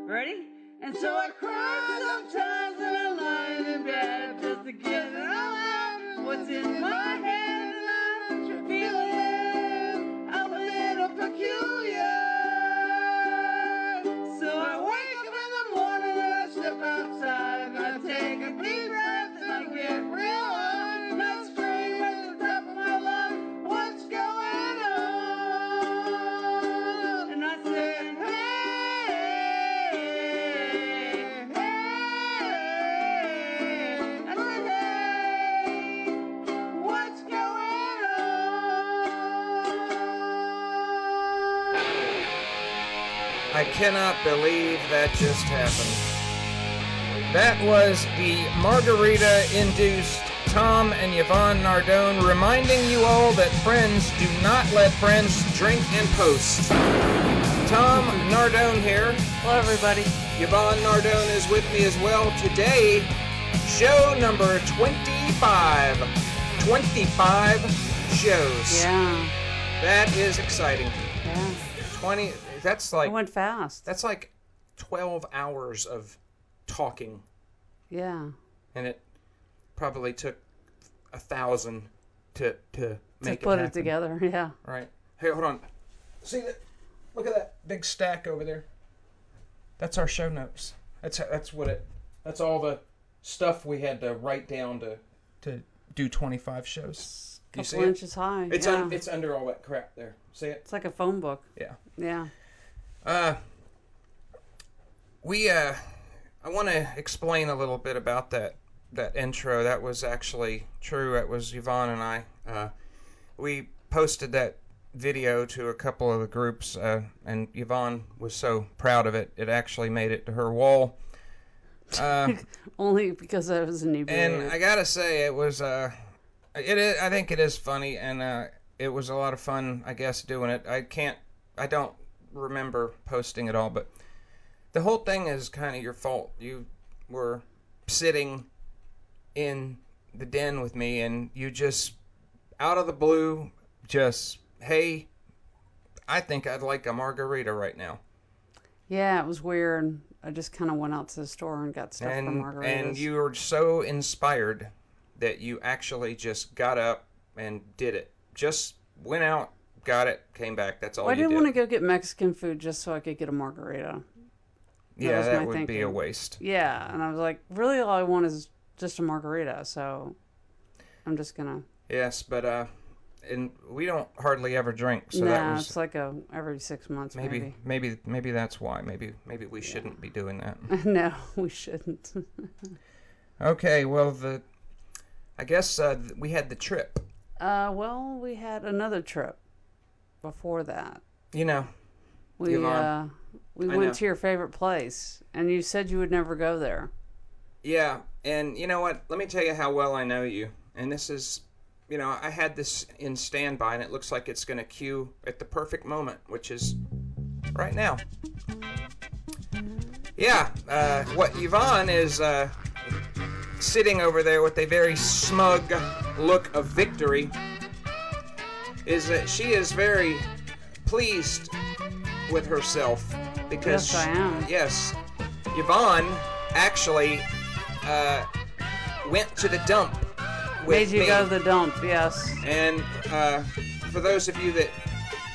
Ready? And so I cry sometimes when I'm lying in bed just to get it all out. What's in my head? And I'm feeling I'm a little peculiar. So I wake up in the morning and I step outside and I take a deep breath and I get real hard and I scream at the top of my lungs, "What's going on?" And I said, "Hey, hey." I said, "Hey." What's going on? I cannot believe that just happened. That was the margarita induced Tom and Yvonne Nardone reminding you all that friends do not let friends drink and post. Tom Nardone here. Hello, everybody. Yvonne Nardone is with me as well today. Show number 25. 25 shows. Yeah, That is exciting. yeah. 20, that's I like went fast. that's like 12 hours of talking yeah, and it probably took a thousand to to to make put it, it, happen. together. Yeah. all right hey hold on see that look at that big stack over there that's our show notes that's that's what it that's all the stuff we had to write down to to do 25 shows you see it? couple inches high. it's yeah. un, it's under all that crap there see it It's like a phone book. yeah Yeah. Uh, we uh, I want to explain a little bit about that that intro. That was actually true. It was Yvonne and I. Uh, we posted that video to a couple of the groups, uh, and Yvonne was so proud of it. It actually made it to her wall. Uh, Only because I was inebriated. and I gotta say, it was uh, it is, I think it is funny, and uh, it was a lot of fun. I guess doing it. I can't. I don't remember posting it all, but the whole thing is kind of your fault. You were sitting in the den with me, and you just out of the blue, just hey, I think I'd like a margarita right now. yeah, it was weird. I just kind of went out to the store and got stuff for and margaritas. and you were so inspired that you actually just got up and did it. Just went out, got it, came back. That's all I you didn't did. want to go get Mexican food just so I could get a margarita. yeah, was that my would be a thinking. waste. Yeah, and I was like, really, all I want is just a margarita. So I'm just gonna. Yes, but uh, and we don't hardly ever drink, so that nah, was it's like a every six months maybe, maybe. maybe, maybe, that's why. Maybe, maybe we shouldn't be doing that. no, we shouldn't. okay, well, the, I guess uh, th- we had the trip. Uh, well, we had another trip before that. You know, We uh, Yvonne. we I went know. to your favorite place, and you said you would never go there. Yeah, and you know what? Let me tell you how well I know you. And this is, you know, I had this in standby, and it looks like it's going to cue at the perfect moment, which is right now. Yeah, uh, what Yvonne is uh, sitting over there with a very smug look of victory is that she is very pleased with herself because Yes, I am. yes, Yvonne actually uh, went to the dump Made with you me. go to the dump, yes. and uh, for those of you that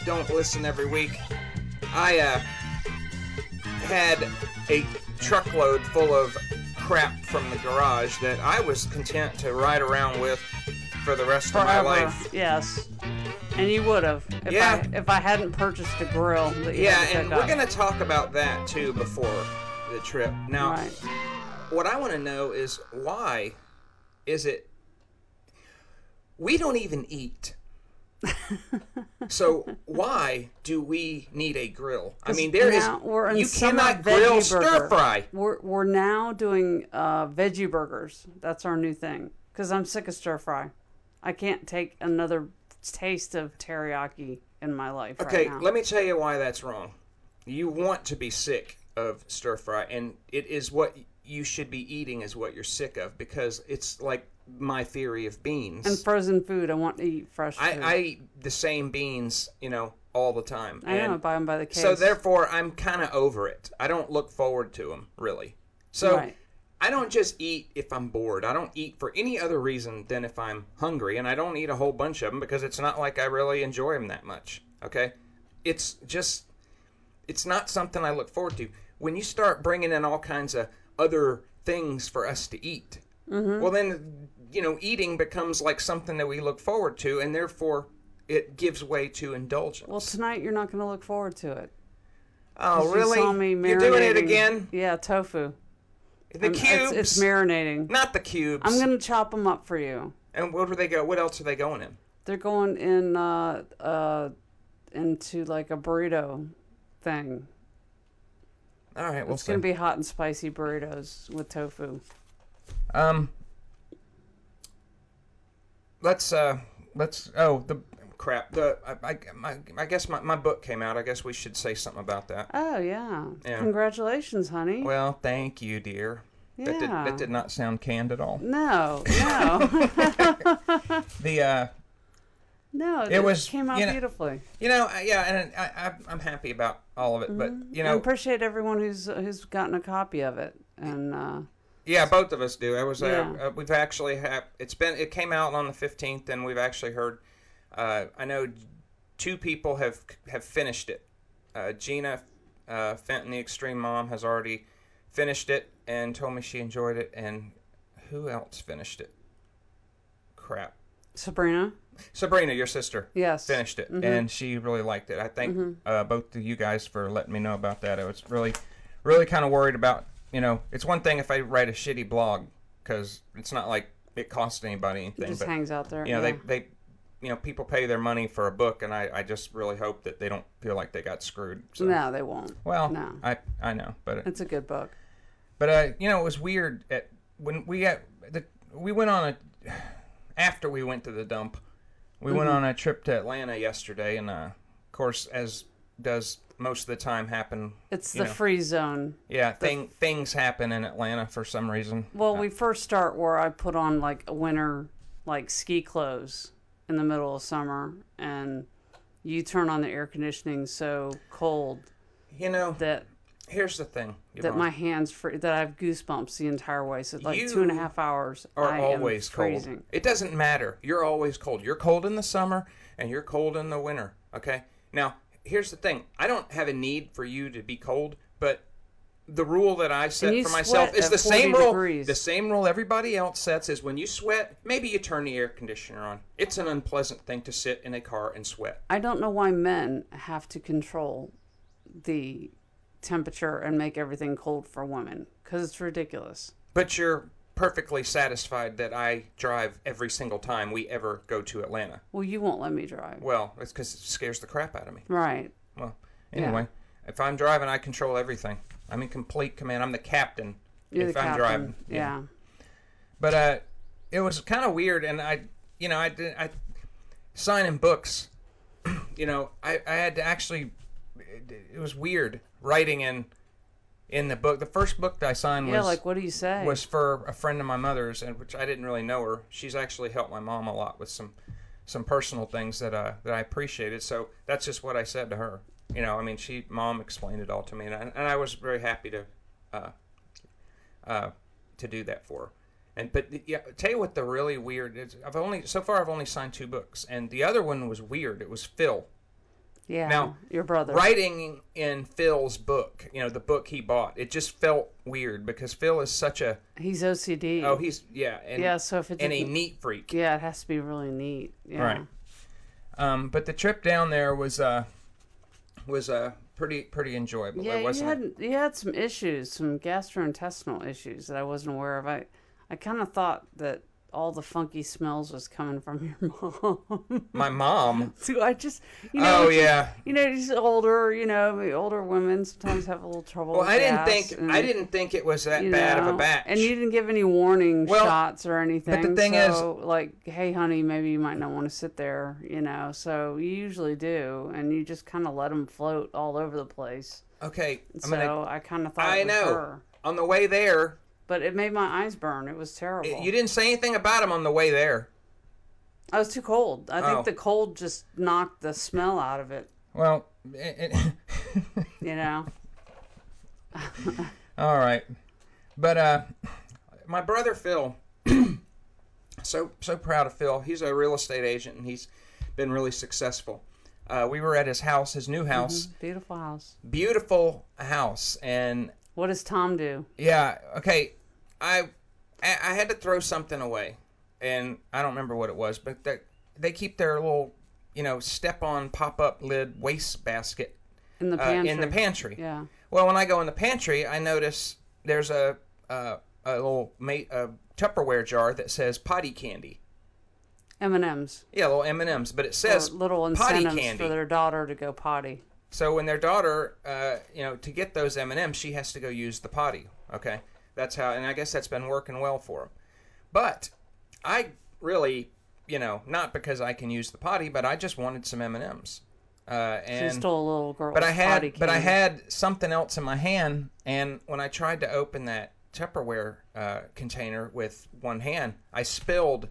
don't listen every week, I uh, had a truckload full of crap from the garage that I was content to ride around with for the rest of my Forever, life. yes. And you would have if Yeah. I if I hadn't purchased a grill. That you Yeah, had to and pick we're up. gonna talk about that too before the trip. Now, Right. what I want to know is why is it we don't even eat. so why do we need a grill? I mean, there is now we're in you summer cannot grill veggie burger. stir fry. We're we're now doing uh, veggie burgers. That's our new thing. Cause I'm sick of stir fry. I can't take another taste of teriyaki in my life Okay, right now. let me tell you why that's wrong. You want to be sick of stir fry, and it is what you should be eating is what you're sick of because it's like my theory of beans. And frozen food. I want to eat fresh I, food. I eat the same beans, you know, all the time. I know, And buy them by the case. so therefore, I'm kind of over it. I don't look forward to them really. So Right. I don't just eat if I'm bored. I don't eat for any other reason than if I'm hungry, and I don't eat a whole bunch of them because it's not like I really enjoy them that much. Okay, it's just it's not something I look forward to. When you start bringing in all kinds of other things for us to eat, Mm-hmm. well, then you know eating becomes like something that we look forward to, and therefore it gives way to indulgence. well, tonight you're not going to look forward to it. oh, You really? saw me You're doing it marinating- again? Yeah, tofu. The I'm- cubes, It's, it's marinating. not the cubes. I'm going to chop them up for you. and where do they go? What else are they going in? They're going in uh, uh, into like a burrito thing. All right, we'll It's see. going to be hot and spicy burritos with tofu. um, let's uh, let's. Oh, the crap. The I, I, my, I guess my, my book came out. I guess we should say something about that. Oh, yeah. Yeah. Congratulations, honey. Well, thank you, dear. That did, Yeah. that did not sound canned at all. no, no. The uh, no, it, was- came out you know, beautifully. you know, I- yeah, and I, I, I'm happy about all of it. But you know, I appreciate everyone who's who's gotten a copy of it. And uh, Yeah, both of us do. I was. Uh, Yeah. uh, we've actually have. It's been. It came out on the fifteenth, and we've actually heard. Uh, I know two people have have finished it. Uh, Gina uh, Fenton, the extreme mom, has already finished it and told me she enjoyed it. And who else finished it? Crap. Sabrina, Sabrina, your sister, yes, finished it, and she really liked it. I thank Mm-hmm. uh, both of you guys for letting me know about that. I was really, really kind of worried about. You know, it's one thing if I write a shitty blog because it's not like it costs anybody It anything, just but hangs out there. you know, yeah. they they, you know, people pay their money for a book, and I I just really hope that they don't feel like they got screwed. So. no, they won't. Well, No. I I know, but It's a good book. but uh, you know, it was weird at when we got the, we went on a after we went to the dump. We went Mm-hmm. on a trip to Atlanta yesterday, and uh, of course, as does most of the time happen, It's you the know, free zone. yeah thing things happen in Atlanta for some reason. Well, we first start where I put on like a winter like ski clothes in the middle of summer, and you turn on the air conditioning so cold You know, that here's the thing: that Yvonne. my hands free that I have goosebumps the entire way. So like two and a You half hours, are I am always freezing. cold. It doesn't matter. You're always cold. You're cold in the summer and you're cold in the winter. Okay. Now, here's the thing. I don't have a need for you to be cold, but the rule that I set you for myself sweat is at the 40 same rule. degrees. The same rule everybody else sets is when you sweat, maybe you turn the air conditioner on. It's an unpleasant thing to sit in a car and sweat. I don't know why men have to control the temperature and make everything cold for women because it's ridiculous. But you're perfectly satisfied that I drive every single time we ever go to Atlanta. Well, you won't let me drive, Well, it's because it scares the crap out of me. right? Well, anyway, if I'm driving, I control everything. I'm in complete command. I'm the captain. You're if the I'm captain. driving, yeah. But uh, it was kind of weird, and I, you know, I did I signing books. You know, I I had to actually. It, it was weird writing in, in the book. The first book that I signed Yeah, was like what do you say? was for a friend of my mother's, and which I didn't really know her. She's actually helped my mom a lot with some some personal things that uh, that I appreciated. So that's just what I said to her. You know, I mean, she mom explained it all to me, and I, and I was very happy to uh, uh, to do that for her. And but yeah, tell you what, the really weird is I've only so far I've only signed two books, and the other one was weird. It was Phil yeah. now, your brother, writing in Phil's book. You know, the book he bought. It just felt weird because Phil is such a He's OCD. Oh, he's yeah, and yeah. So if it's and a neat freak. yeah, it has to be really neat. Yeah. Right. Um, but the trip down there was uh was uh pretty pretty enjoyable. Yeah, it you wasn't. had you had some issues, some gastrointestinal issues that I wasn't aware of. I I kind of thought that all the funky smells was coming from your mom. My mom. so I just you oh know it's just- yeah. you know these older you know the older women sometimes have a little trouble. Well, with I didn't gas think and, I didn't think it was that you bad of know, a batch. and you didn't give any warning Well, shots or anything. thing is- so, like, hey, honey, maybe you might not want to sit there, you know. So you usually do, and you just kind of let them float all over the place. okay, I'm so gonna. I kind of thought I it was know. her. On the way there, but it made my eyes burn. It was terrible. You didn't say anything about them on the way there. I was too cold. I Oh. think the cold just knocked the smell out of it. Well, it, it- You know. all right, but uh, my brother Phil, so so proud of Phil. He's a real estate agent and he's been really successful. Uh, we were at his house, his new house, Beautiful house. beautiful house, and What does Tom do? Yeah. Okay. I I I had to throw something away, and I don't remember what it was, but they they keep their little you know step on pop up lid waste basket In the uh, pantry. in the pantry. Yeah. Well, when I go in the pantry, I notice there's a uh, a little ma- a Tupperware jar that says potty candy. M and M's. Yeah, little M and M's, but it Or says little potty incentives candy. for their daughter to go potty. So when their daughter, uh, you know, to get those M and M's, she has to go use the potty. Okay, that's how, and I guess that's been working well for them. But I really, you know, not because I can use the potty, but I just wanted some M and M's. Uh, She and stole a little girl's but I potty had, candy. but I had something else in my hand, and when I tried to open that Tupperware uh, container with one hand, I spilled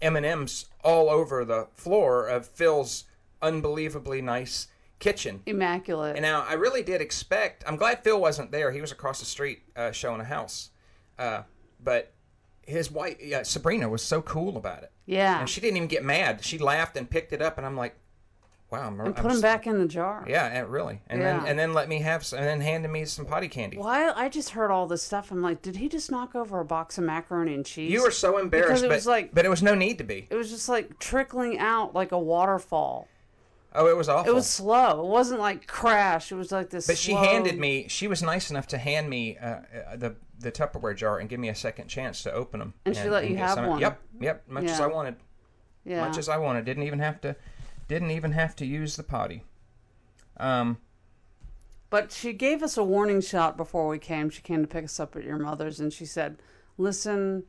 M and M's all over the floor of Phil's unbelievably nice kitchen. immaculate. And now I really did expect. I'm glad Phil wasn't there. He was across the street uh, showing a house. Uh, but his wife, yeah, Sabrina, was so cool about it. yeah. And she didn't even get mad. She laughed and picked it up, and I'm like, wow. I'm, Put them back in the jar. Yeah, and really. And then Yeah. and then let me have some, and then handed me some potty candy. Why? I just heard all this stuff. I'm like, did he just knock over a box of macaroni and cheese? You were so embarrassed, it but was like- but it was no need to be. It was just like trickling out like a waterfall. Oh, it was awful. It was slow. It wasn't like crash. It was like this. But she handed me. She was nice enough to hand me uh, uh, the the Tupperware jar and give me a second chance to open them. And she let you get have some of- one. Yep, yep. Much as Yeah. I wanted. yeah. much as I wanted. Didn't even have to, didn't even have to use the potty. Um, But she gave us a warning shot before we came. She came to pick us up at your mother's, and she said, "Listen,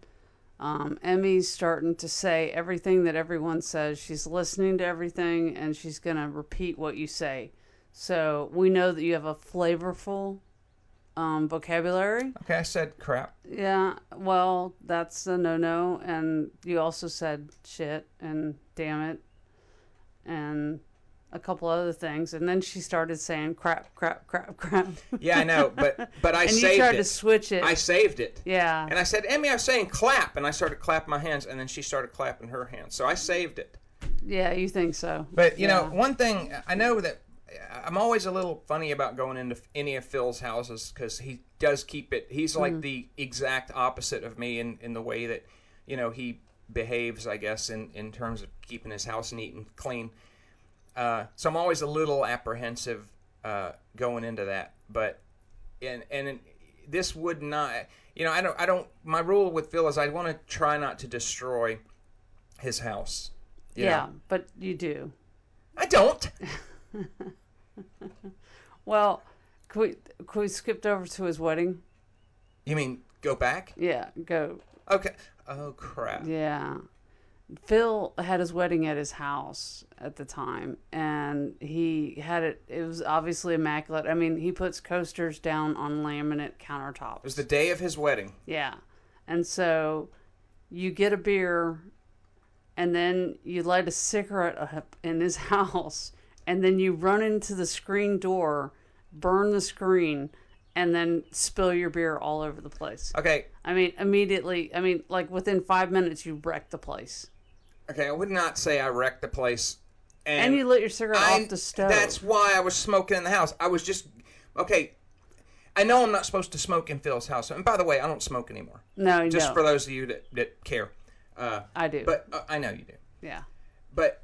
um, Emmy's starting to say everything that everyone says. She's listening to everything, and she's gonna repeat what you say. So we know that you have a flavorful um, vocabulary. okay, I said crap. Yeah. Well, that's a no-no. And you also said shit and damn it, and." A couple other things, and then she started saying crap, crap, crap, crap. Yeah, I know, but but I and you saved tried it. to switch it. I saved it. yeah. And I said, Emmy, I'm saying clap, and I started clapping my hands, and then she started clapping her hands. So I saved it. yeah, you think so. But you know, Yeah. one thing I know that I'm always a little funny about going into any of Phil's houses because he does keep it. He's Mm. like the exact opposite of me in in the way that you know he behaves, I guess, in in terms of keeping his house neat and clean. Uh, so I'm always a little apprehensive uh, going into that, but and and this would not, you know, I don't, I don't. My rule with Phil is I want to try not to destroy his house. you yeah. know? but you do. I don't. Well, could we, could we skipped over to his wedding? You mean go back? Yeah, go. Okay. Oh crap. Yeah. Phil had his wedding at his house at the time, and he had it. It was obviously immaculate. I mean, he puts coasters down on laminate countertops. It was the day of his wedding. Yeah. And so you get a beer and then you light a cigarette up in his house and then you run into the screen door, burn the screen, and then spill your beer all over the place. Okay. I mean, immediately, I mean, like within five minutes, you wreck the place. Okay. I would not say I wrecked the place. And, And you lit your cigarette I- off the stove. That's why I was smoking in the house. I was just okay. I know I'm not supposed to smoke in Phil's house. And by the way, I don't smoke anymore. no, you Just don't. for those of you that, that care. Uh, I do. but uh, I know you do. yeah. But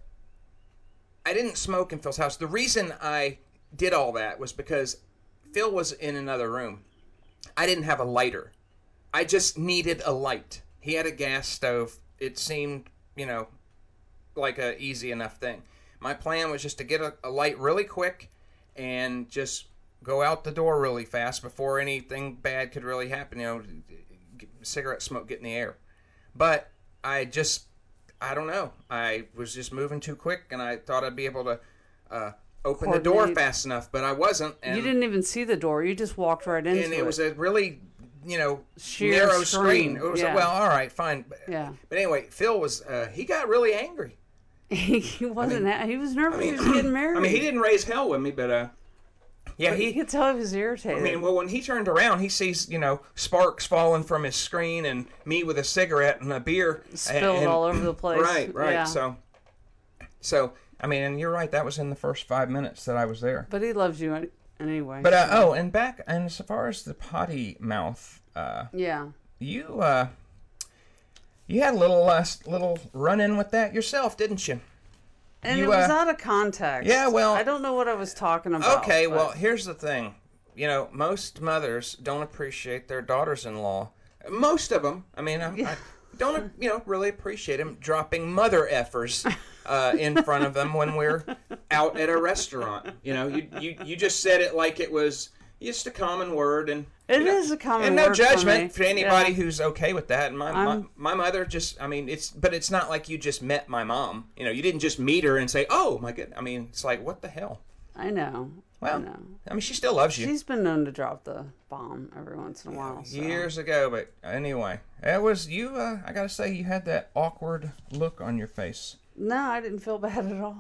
I didn't smoke in Phil's house. The reason I did all that was because Phil was in another room. I didn't have a lighter. I just needed a light. He had a gas stove. It seemed, you know, like a easy enough thing. My plan was just to get a, a light really quick and just go out the door really fast before anything bad could really happen. You know, cigarette smoke get in the air. But I just, I don't know. I was just moving too quick, and I thought I'd be able to uh, open the door Coordinate. fast enough, but I wasn't. And You didn't even see the door. You just walked right into and it was a really you know Sheer narrow screen, screen. It was yeah. well, all right, fine. But, Yeah. but anyway, Phil was uh, he got really angry. he wasn't. ha he was nervous. he was getting married. I mean, he didn't raise hell with me, but uh, yeah, You he. could tell he was irritated. I mean, well, when he turned around, he sees you know sparks falling from his screen and me with a cigarette and a beer and- Spilled and- all over the place. Right, right. Yeah. So, so I mean, and you're right. That was in the first five minutes that I was there. but he loves you any- anyway. But uh, oh, and back and as far as the potty mouth, uh, yeah. you uh, you had a little uh, s- little run in with that yourself, didn't you? And You, it was uh, out of context. yeah, well- I don't know what I was talking about. Okay, but- well, here's the thing. You know, most mothers don't appreciate their daughters-in-law. Most of them. I mean, I, I don't, you know, really appreciate them dropping mother effers uh, in front of them when we're out at a restaurant. You know, you you you just said it like it was just a common word, and it It is you know, is a common and word no for judgment me. for, anybody Yeah. who's okay with that. And my, my I'm- my mother just, I mean, it's but it's not like you just met my mom. You know, you didn't just meet her and say, "Oh my god." I mean, it's like what the hell. I know. I Well, know. I mean, she still loves you. She's been known to drop the bomb every once in a while. So. Years ago, but anyway, it was you. Uh, I gotta say, you had that awkward look on your face. No, I didn't feel bad at all.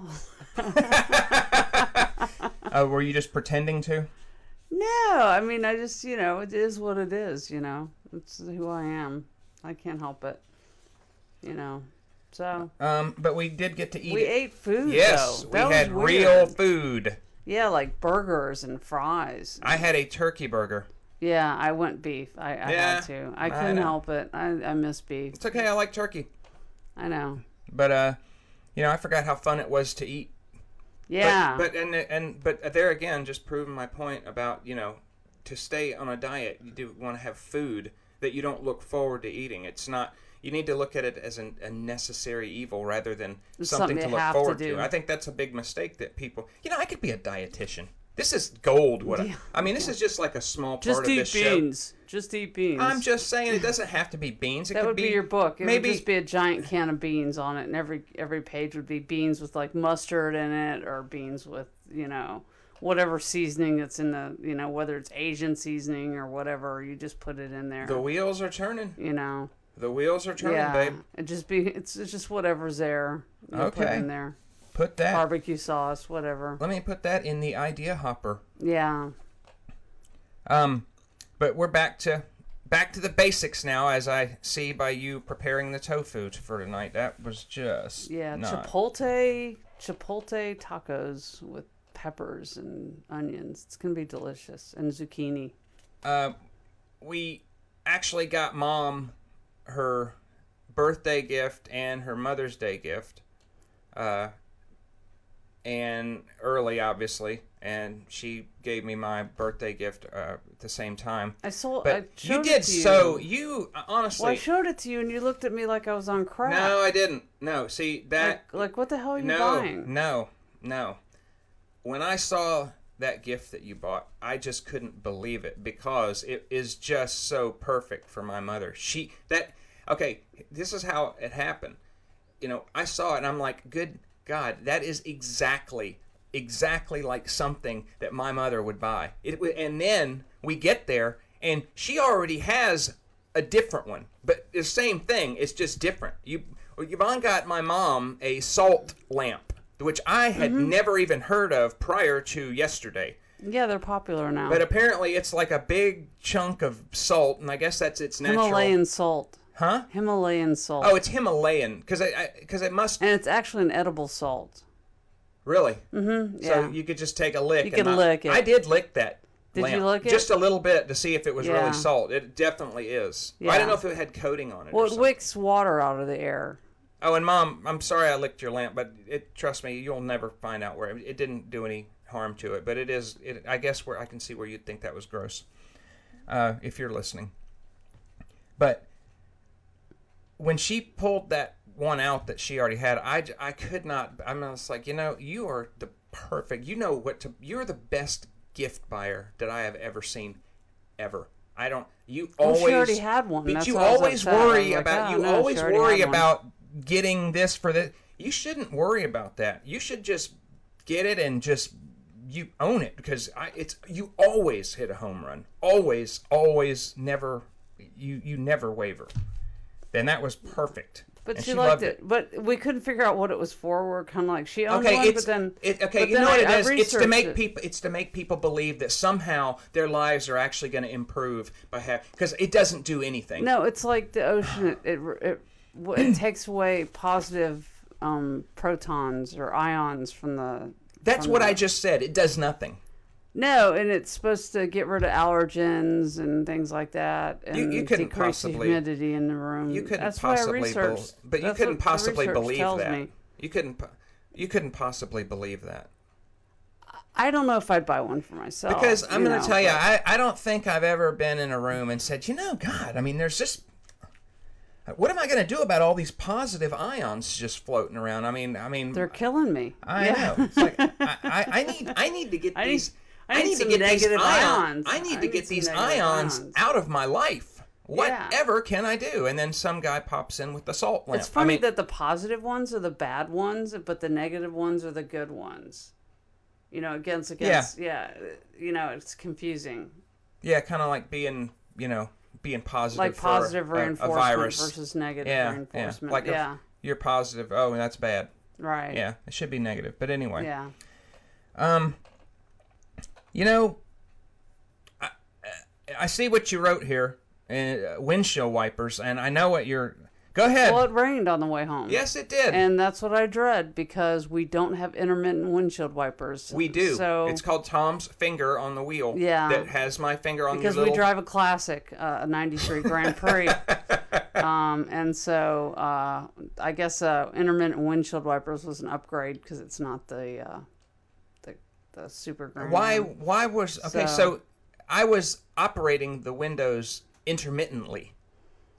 Uh, were you just pretending to? no, I mean, I just, you know, it is what it is, you know. It's who I am. I can't help it, you know. So Um, but we did get to eat. we it. ate food. yes, though. we That was had weird. real food. Yeah, like burgers and fries. I had a turkey burger. Yeah, I went beef. I, I Yeah, had to. I I couldn't know. help it. I, I miss beef. It's okay. I like turkey, I know. but uh, you know, I forgot how fun it was to eat. But- Yeah. But, and and but there again, just proving my point about you know, to stay on a diet, you do want to have food that you don't look forward to eating. It's not. You need to look at it as an, a necessary evil rather than something, something to you look have to forward to, do. I think that's a big mistake that people. You know, I could be a dietitian. This is gold. What Yeah. I, I mean, this is just like a small just part of eat this show. beans. Just eat beans. I'm just saying it doesn't have to be beans. It that could would be, your book. It maybe would just be a giant can of beans on it, and every every page would be beans with like mustard in it, or beans with you know whatever seasoning that's in the you know whether it's Asian seasoning or whatever. You just put it in there. the wheels are turning. you know, The wheels are turning, yeah. babe. It just be it's, it's just whatever's there. You Put Okay. in there Put that. barbecue sauce, whatever. Let me put that in the idea hopper. Yeah. Um, but we're back to back to the basics now, as I see by you preparing the tofu t- for tonight. That was just Yeah, not- chipotle chipotle tacos with peppers and onions. It's gonna be delicious and zucchini. Uh, we actually got mom her birthday gift and her Mother's Day gift, uh, and early obviously, and she gave me my birthday gift uh, at the same time. I sold. I But showed you it did to you. so you uh, honestly. Well, I showed it to you, and you looked at me like I was on crack. no, I didn't. No, see that like, like what the hell are you no, buying? No, no. When I saw that gift that you bought, I just couldn't believe it because it is just so perfect for my mother. She that okay, this is how it happened. You know, I saw it and I'm like, good God, that is exactly exactly like something that my mother would buy. It wa- and then we get there and she already has a different one, but the same thing. It's just different. You, well, Yvonne got my mom a salt lamp, which I had never even heard of prior to yesterday. Yeah, they're popular now. But apparently, it's like a big chunk of salt, and I guess that's its natural. Himalayan salt. Huh? Himalayan salt. Oh, it's Himalayan because I because it must and it's actually an edible salt. really. Mm-hmm, So yeah. you could just take a lick. You and could I- lick it. I did lick that. Did you lamp, lick it? Just a little bit to see if it was Yeah. really salt. It definitely is. I Yeah. don't know if it had coating on it. or Well, it something. wicks water out of the air. Oh, and mom, I'm sorry I licked your lamp, but it trust me, you'll never find out where it, it didn't do any harm to it. But it is, it, I guess, where I can see where you'd think that was gross, uh, if you're listening. But when she pulled that one out that she already had, I, j- I could not. I mean, I was like, you know, you are the perfect. You know what to. You're the best gift buyer that I have ever seen, ever. I don't. You Well, always. Oh, she already had one. But That's you why I was always upset. I was worry like, about. oh, you no, she always already worry had one. about getting this for the. You shouldn't worry about that. You should just get it and just you own it because I. It's you always hit a home run. Always, always, never you you never waver. And that was perfect. But And she, liked it. But we couldn't figure out what it was for. We're kind of like she owned Okay, one, it's but then it, okay. but You then know what I- it I is? It's to researched make it. people. It's to make people believe that somehow their lives are actually going to improve by having because it doesn't do anything. No, it's like the ocean. It it, it, w- it takes away positive um, protons or ions from the. That's from what the- I just said. It does nothing. No, and it's supposed to get rid of allergens and things like that, and you couldn't decrease possibly- the humidity in the room. You couldn't That's possibly, what I bel- researched. but you That's couldn't what the possibly research believe tells that. me. You couldn't. po- You couldn't possibly believe that. I don't know if I'd buy one for myself Because I'm you going know, to tell you, Oh, but- I, I don't think I've ever been in a room and said, you know, God, I mean, there's just. What am I going to do about all these positive ions just floating around? I mean, I mean, they're killing me. I Yeah. know. It's like I, I, I need I need to get I need- these I need to some get these negative ion- ions. I need I to need get some these negative ions, ions. out of my life. Yeah. Whatever can I do? And then some guy pops in with the salt lamp. It's funny I mean, that the positive ones are the bad ones, but the negative ones are the good ones. You know, against against yeah, you know, it's confusing. yeah, kind of like being you know being positive Like for positive a, reinforcement a virus. versus negative yeah, yeah. reinforcement. Like if yeah. you're positive. Oh, that's bad. right. Yeah, it should be negative. But anyway, Yeah. You know, I, I see what you wrote here, uh, windshield wipers, and I know what you're. Go ahead. Well, it rained on the way home. yes, it did. And that's what I dread because we don't have intermittent windshield wipers. we do. So it's called Tom's finger on the wheel. Yeah. That has my finger on because your little. we drive a classic, uh, a '93 Grand Prix, um, and so uh, I guess uh, intermittent windshield wipers was an upgrade because it's not the uh, the, the super grand. why? Why was okay? So. So- I was operating the windows intermittently.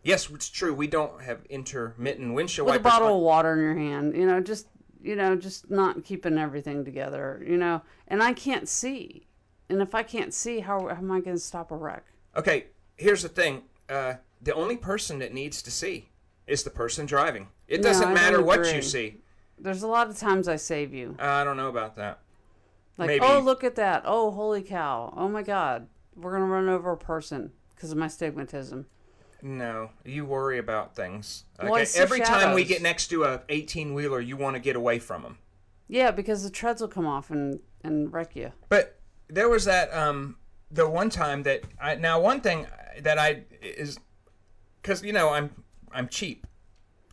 Yes, it's true. We don't have intermittent windshield with a wipers. bottle of water in your hand, you know, just you know, just not keeping everything together, you know. And I can't see, and if I can't see, how, how am I going to stop a wreck? Okay, here's the thing. Uh, the only person that needs to see is the person driving. It No, doesn't I matter don't what you agree. see. There's a lot of times I save you, Uh, I don't know about that. like, Maybe. oh look at that, oh holy cow, oh my god, we're gonna run over a person because of my stigmatism. No, you worry about things. Okay. Well, I see Every time we shadows. get next to a 18 wheeler, you want to get away from them. Yeah, because the treads will come off and, and wreck you. But there was that um the one time that I now one thing that I is cuz you know, I'm I'm cheap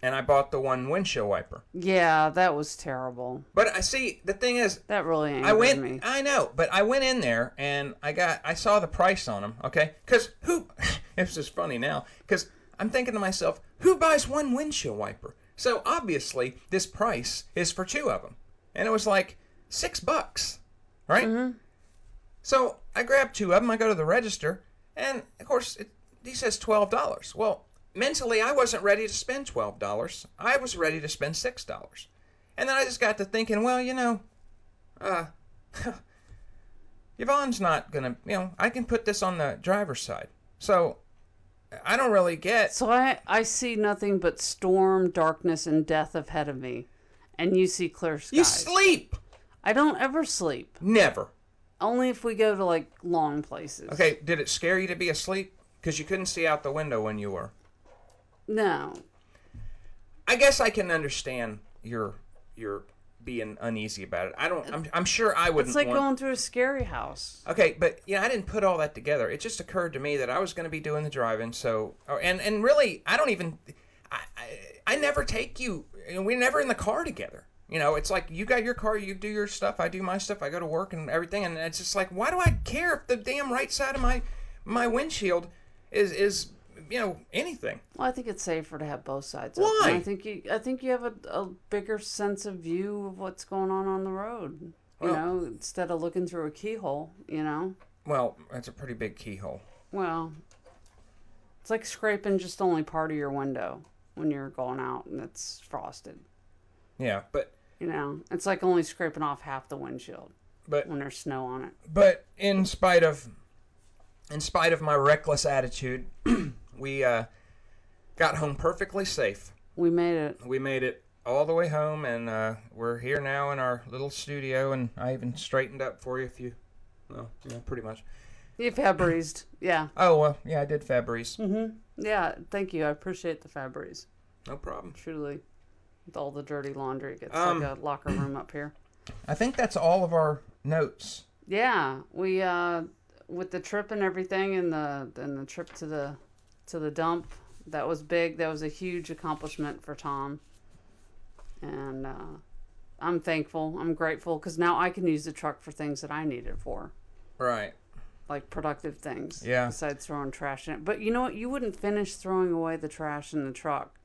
and I bought the one windshield wiper. Yeah, that was terrible. But I see the thing is That really angered I went. me. I know, but I went in there and I got. I saw the price on them. Okay, because who? this is funny now. Because I'm thinking to myself, who buys one windshield wiper? So obviously, this price is for two of them, and it was like six bucks, right? So I grabbed two of them. I go to the register, and of course, it, he says twelve dollars. Well, mentally, I wasn't ready to spend twelve dollars. I was ready to spend six dollars, and then I just got to thinking, well, you know. uh, Yvonne's not gonna, you know, I can put this on the driver's side. So I don't really get. So I, I see nothing but storm, darkness, and death ahead of me. And you see clear skies. You sleep. I don't ever sleep. Never. Only if we go to like long places. Okay, did it scare you to be asleep? Because you couldn't see out the window when you were. No. I guess I can understand your your being uneasy about it. I don't. I'm, I'm sure I wouldn't. It's like want, going through a scary house. Okay, but you know, I didn't put all that together. It just occurred to me that I was going to be doing the driving. So, oh, and and really, I don't even. I I, I never take you. you know, we're never in the car together. You know, it's like you got your car, you do your stuff, I do my stuff, I go to work and everything, and it's just like, why do I care if the damn right side of my my windshield is is you know anything? Well, I think it's safer to have both sides. Why? Open. I think you I think you have a, a bigger sense of view of what's going on on the road. You know, instead of looking through a keyhole. You know. Well, that's a pretty big keyhole. Well, it's like scraping just only part of your window when you're going out and it's frosted. Yeah, but You know, it's like only scraping off half the windshield but when there's snow on it. but in spite of in spite of my reckless attitude we uh, got home perfectly safe We made it. we made it all the way home and uh, we're here now in our little studio and i even straightened up for you if you well yeah pretty much You Febrezed. Yeah. Oh well, yeah, I did Febreze. Mm-hmm. Yeah. Thank you. I appreciate the Febreze. No problem. Truly. With all the dirty laundry. It's Um, like a locker room up here. I think that's all of our notes. Yeah. We uh with the trip and everything and the and the trip to the to the dump, that was big. That was a huge accomplishment for Tom. And uh I'm thankful. I'm grateful because now I can use the truck for things that I need it for. Right. like productive things. Yeah. Besides throwing trash in it. But you know what? You wouldn't finish throwing away the trash in the truck.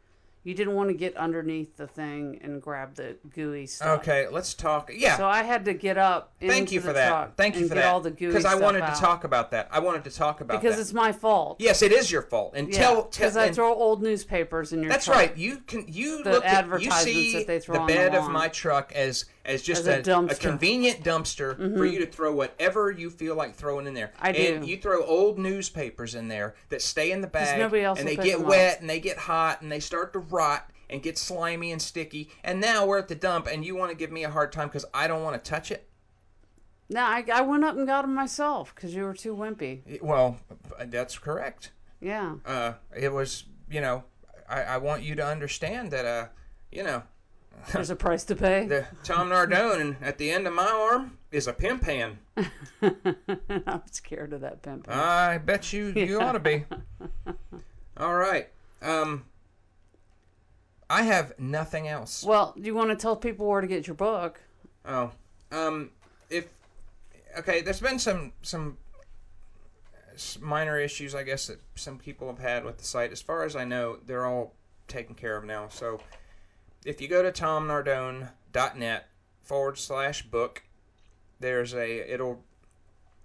You didn't want to get underneath the thing and grab the gooey stuff. Okay, let's talk. Yeah. So I had to get up. Thank into you the for that. truck Thank you and for get that. all the gooey I stuff wanted out. to talk about that. I wanted to talk about because that. it's my fault. yes, it is your fault. And tell tell because I and- throw old newspapers in your. That's truck. right. You can you The look at you advertisements see that they throw the on the bed of lawn. my truck as as just As a a, dumpster. Mm-hmm. convenient dumpster for you to throw whatever you feel like throwing in there. I and do. you throw old newspapers in there that stay in the bag nobody else and will they pick get them wet and they get hot and they start to rot and get slimy and sticky. And now we're at the dump and you want to give me a hard time cuz I don't want to touch it. No, I, I went up and got them myself because you were too wimpy. Well, uh, that's correct. Yeah. uh, it was you know I, I want you to understand that uh you know There's a price to pay. the Tom Nardone at the end of my arm is a pimp hand. I'm scared of that pimp. I bet you you ought to be. All right. Um, I have nothing else. well, you want to tell people where to get your book? Oh, um, if okay, there's been some some s- minor issues, I guess, that some people have had with the site. As far as I know, they're all taken care of now. So, if you go to tomnardone.net forward slash book, there's a it'll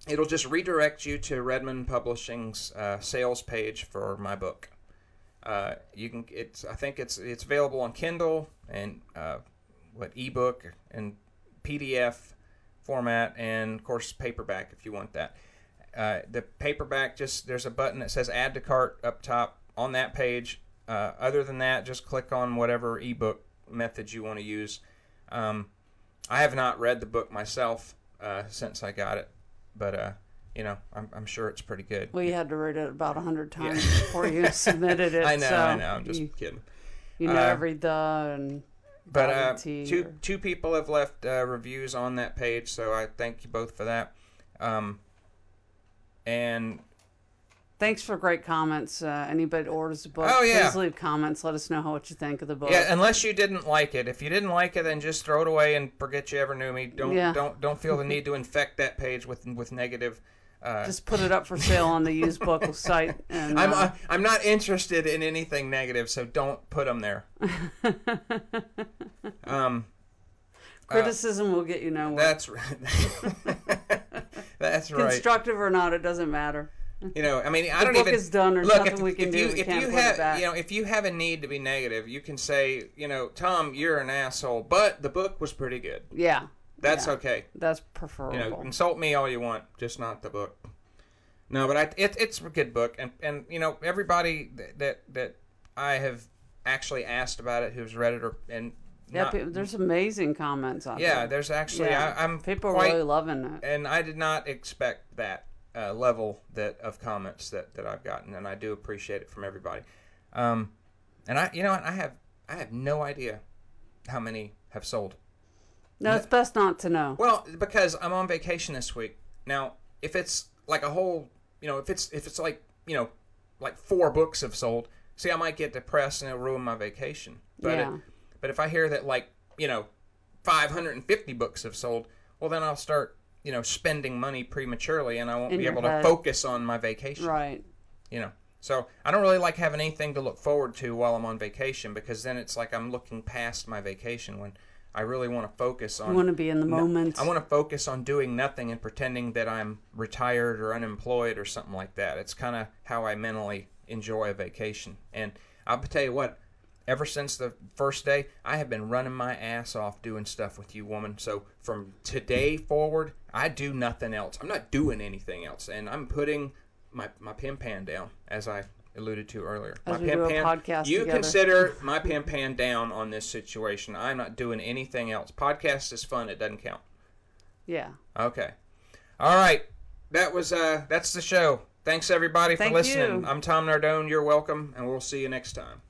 it'll just redirect you to Redmond Publishing's uh, sales page for my book. Uh, you can it's I think it's it's available on Kindle and uh, what ebook and PDF format and of course paperback if you want that. Uh, the paperback just there's a button that says add to cart up top on that page. Uh, other than that, just click on whatever ebook method you want to use. Um, I have not read the book myself uh, since I got it, but uh, you know I'm, I'm sure it's pretty good. Well, you had to read it about a hundred times before you submitted it. I know, so I know. I'm just You, kidding. you know uh, every the and But Bobby uh, T two or- two people have left uh, reviews on that page, so I thank you both for that. Um, and thanks for great comments. Uh, anybody that orders the book, Oh, yeah. please leave comments. Let us know how- what you think of the book. yeah, unless you didn't like it, if you didn't like it, then just throw it away and forget you ever knew me. Don't Yeah. don't don't feel the need to infect that page with with negative. Uh, just put it up for sale on the used book site. And I'm uh, I, I'm not interested in anything negative, so don't put them there. um, criticism will get you nowhere. that's right. that's right. Constructive or not, it doesn't matter. You know, I mean, I don't book even. is done. There's look, nothing if, we can if do. You, We if can't you put it have, back. you know, if you have a need to be negative, you can say, you know, Tom, you're an asshole, but the book was pretty good. Yeah, That's Yeah. okay. that's You know, preferable. insult me all you want, just not the book. No, but I, it, it's a good book, and and you know, everybody that that, that I have actually asked about it, who's read it, or and yeah, not- pe- there's amazing comments on yeah, there. there's actually I, I'm people are quite really loving it. and I did not expect that uh, level that of comments that, that I've gotten, and I do appreciate it from everybody. Um, and I, you know, what, I have I have no idea how many have sold. No, it's best not to know. Well, because I'm on vacation this week. Now, if it's like a whole, you know, if it's if it's like you know, like four books have sold, see, I might get depressed and it'll ruin my vacation. But Yeah. it, but if I hear that like you know, 550 books have sold, well then I'll start you know spending money prematurely and I won't In be your able head. to focus on my vacation. Right. You know. So I don't really like having anything to look forward to while I'm on vacation because then it's like I'm looking past my vacation when I really want to focus on You want to be in the moment. I want to focus on doing nothing and pretending that I'm retired or unemployed or something like that. It's kind of how I mentally enjoy a vacation. And I'll tell you what, ever since the first day, I have been running my ass off doing stuff with you, woman. So from today forward, I do nothing else. I'm not doing anything else. And I'm putting my, my pin pan down, as I alluded to earlier. my we do a podcast you together. consider consider my pan pan down on this situation. I'm not doing anything else. Podcast is fun. It doesn't count. yeah. Okay. All right. that was uh that's the show. Thanks everybody Thank for listening. you. I'm Tom Nardone. You're welcome, and we'll see you next time.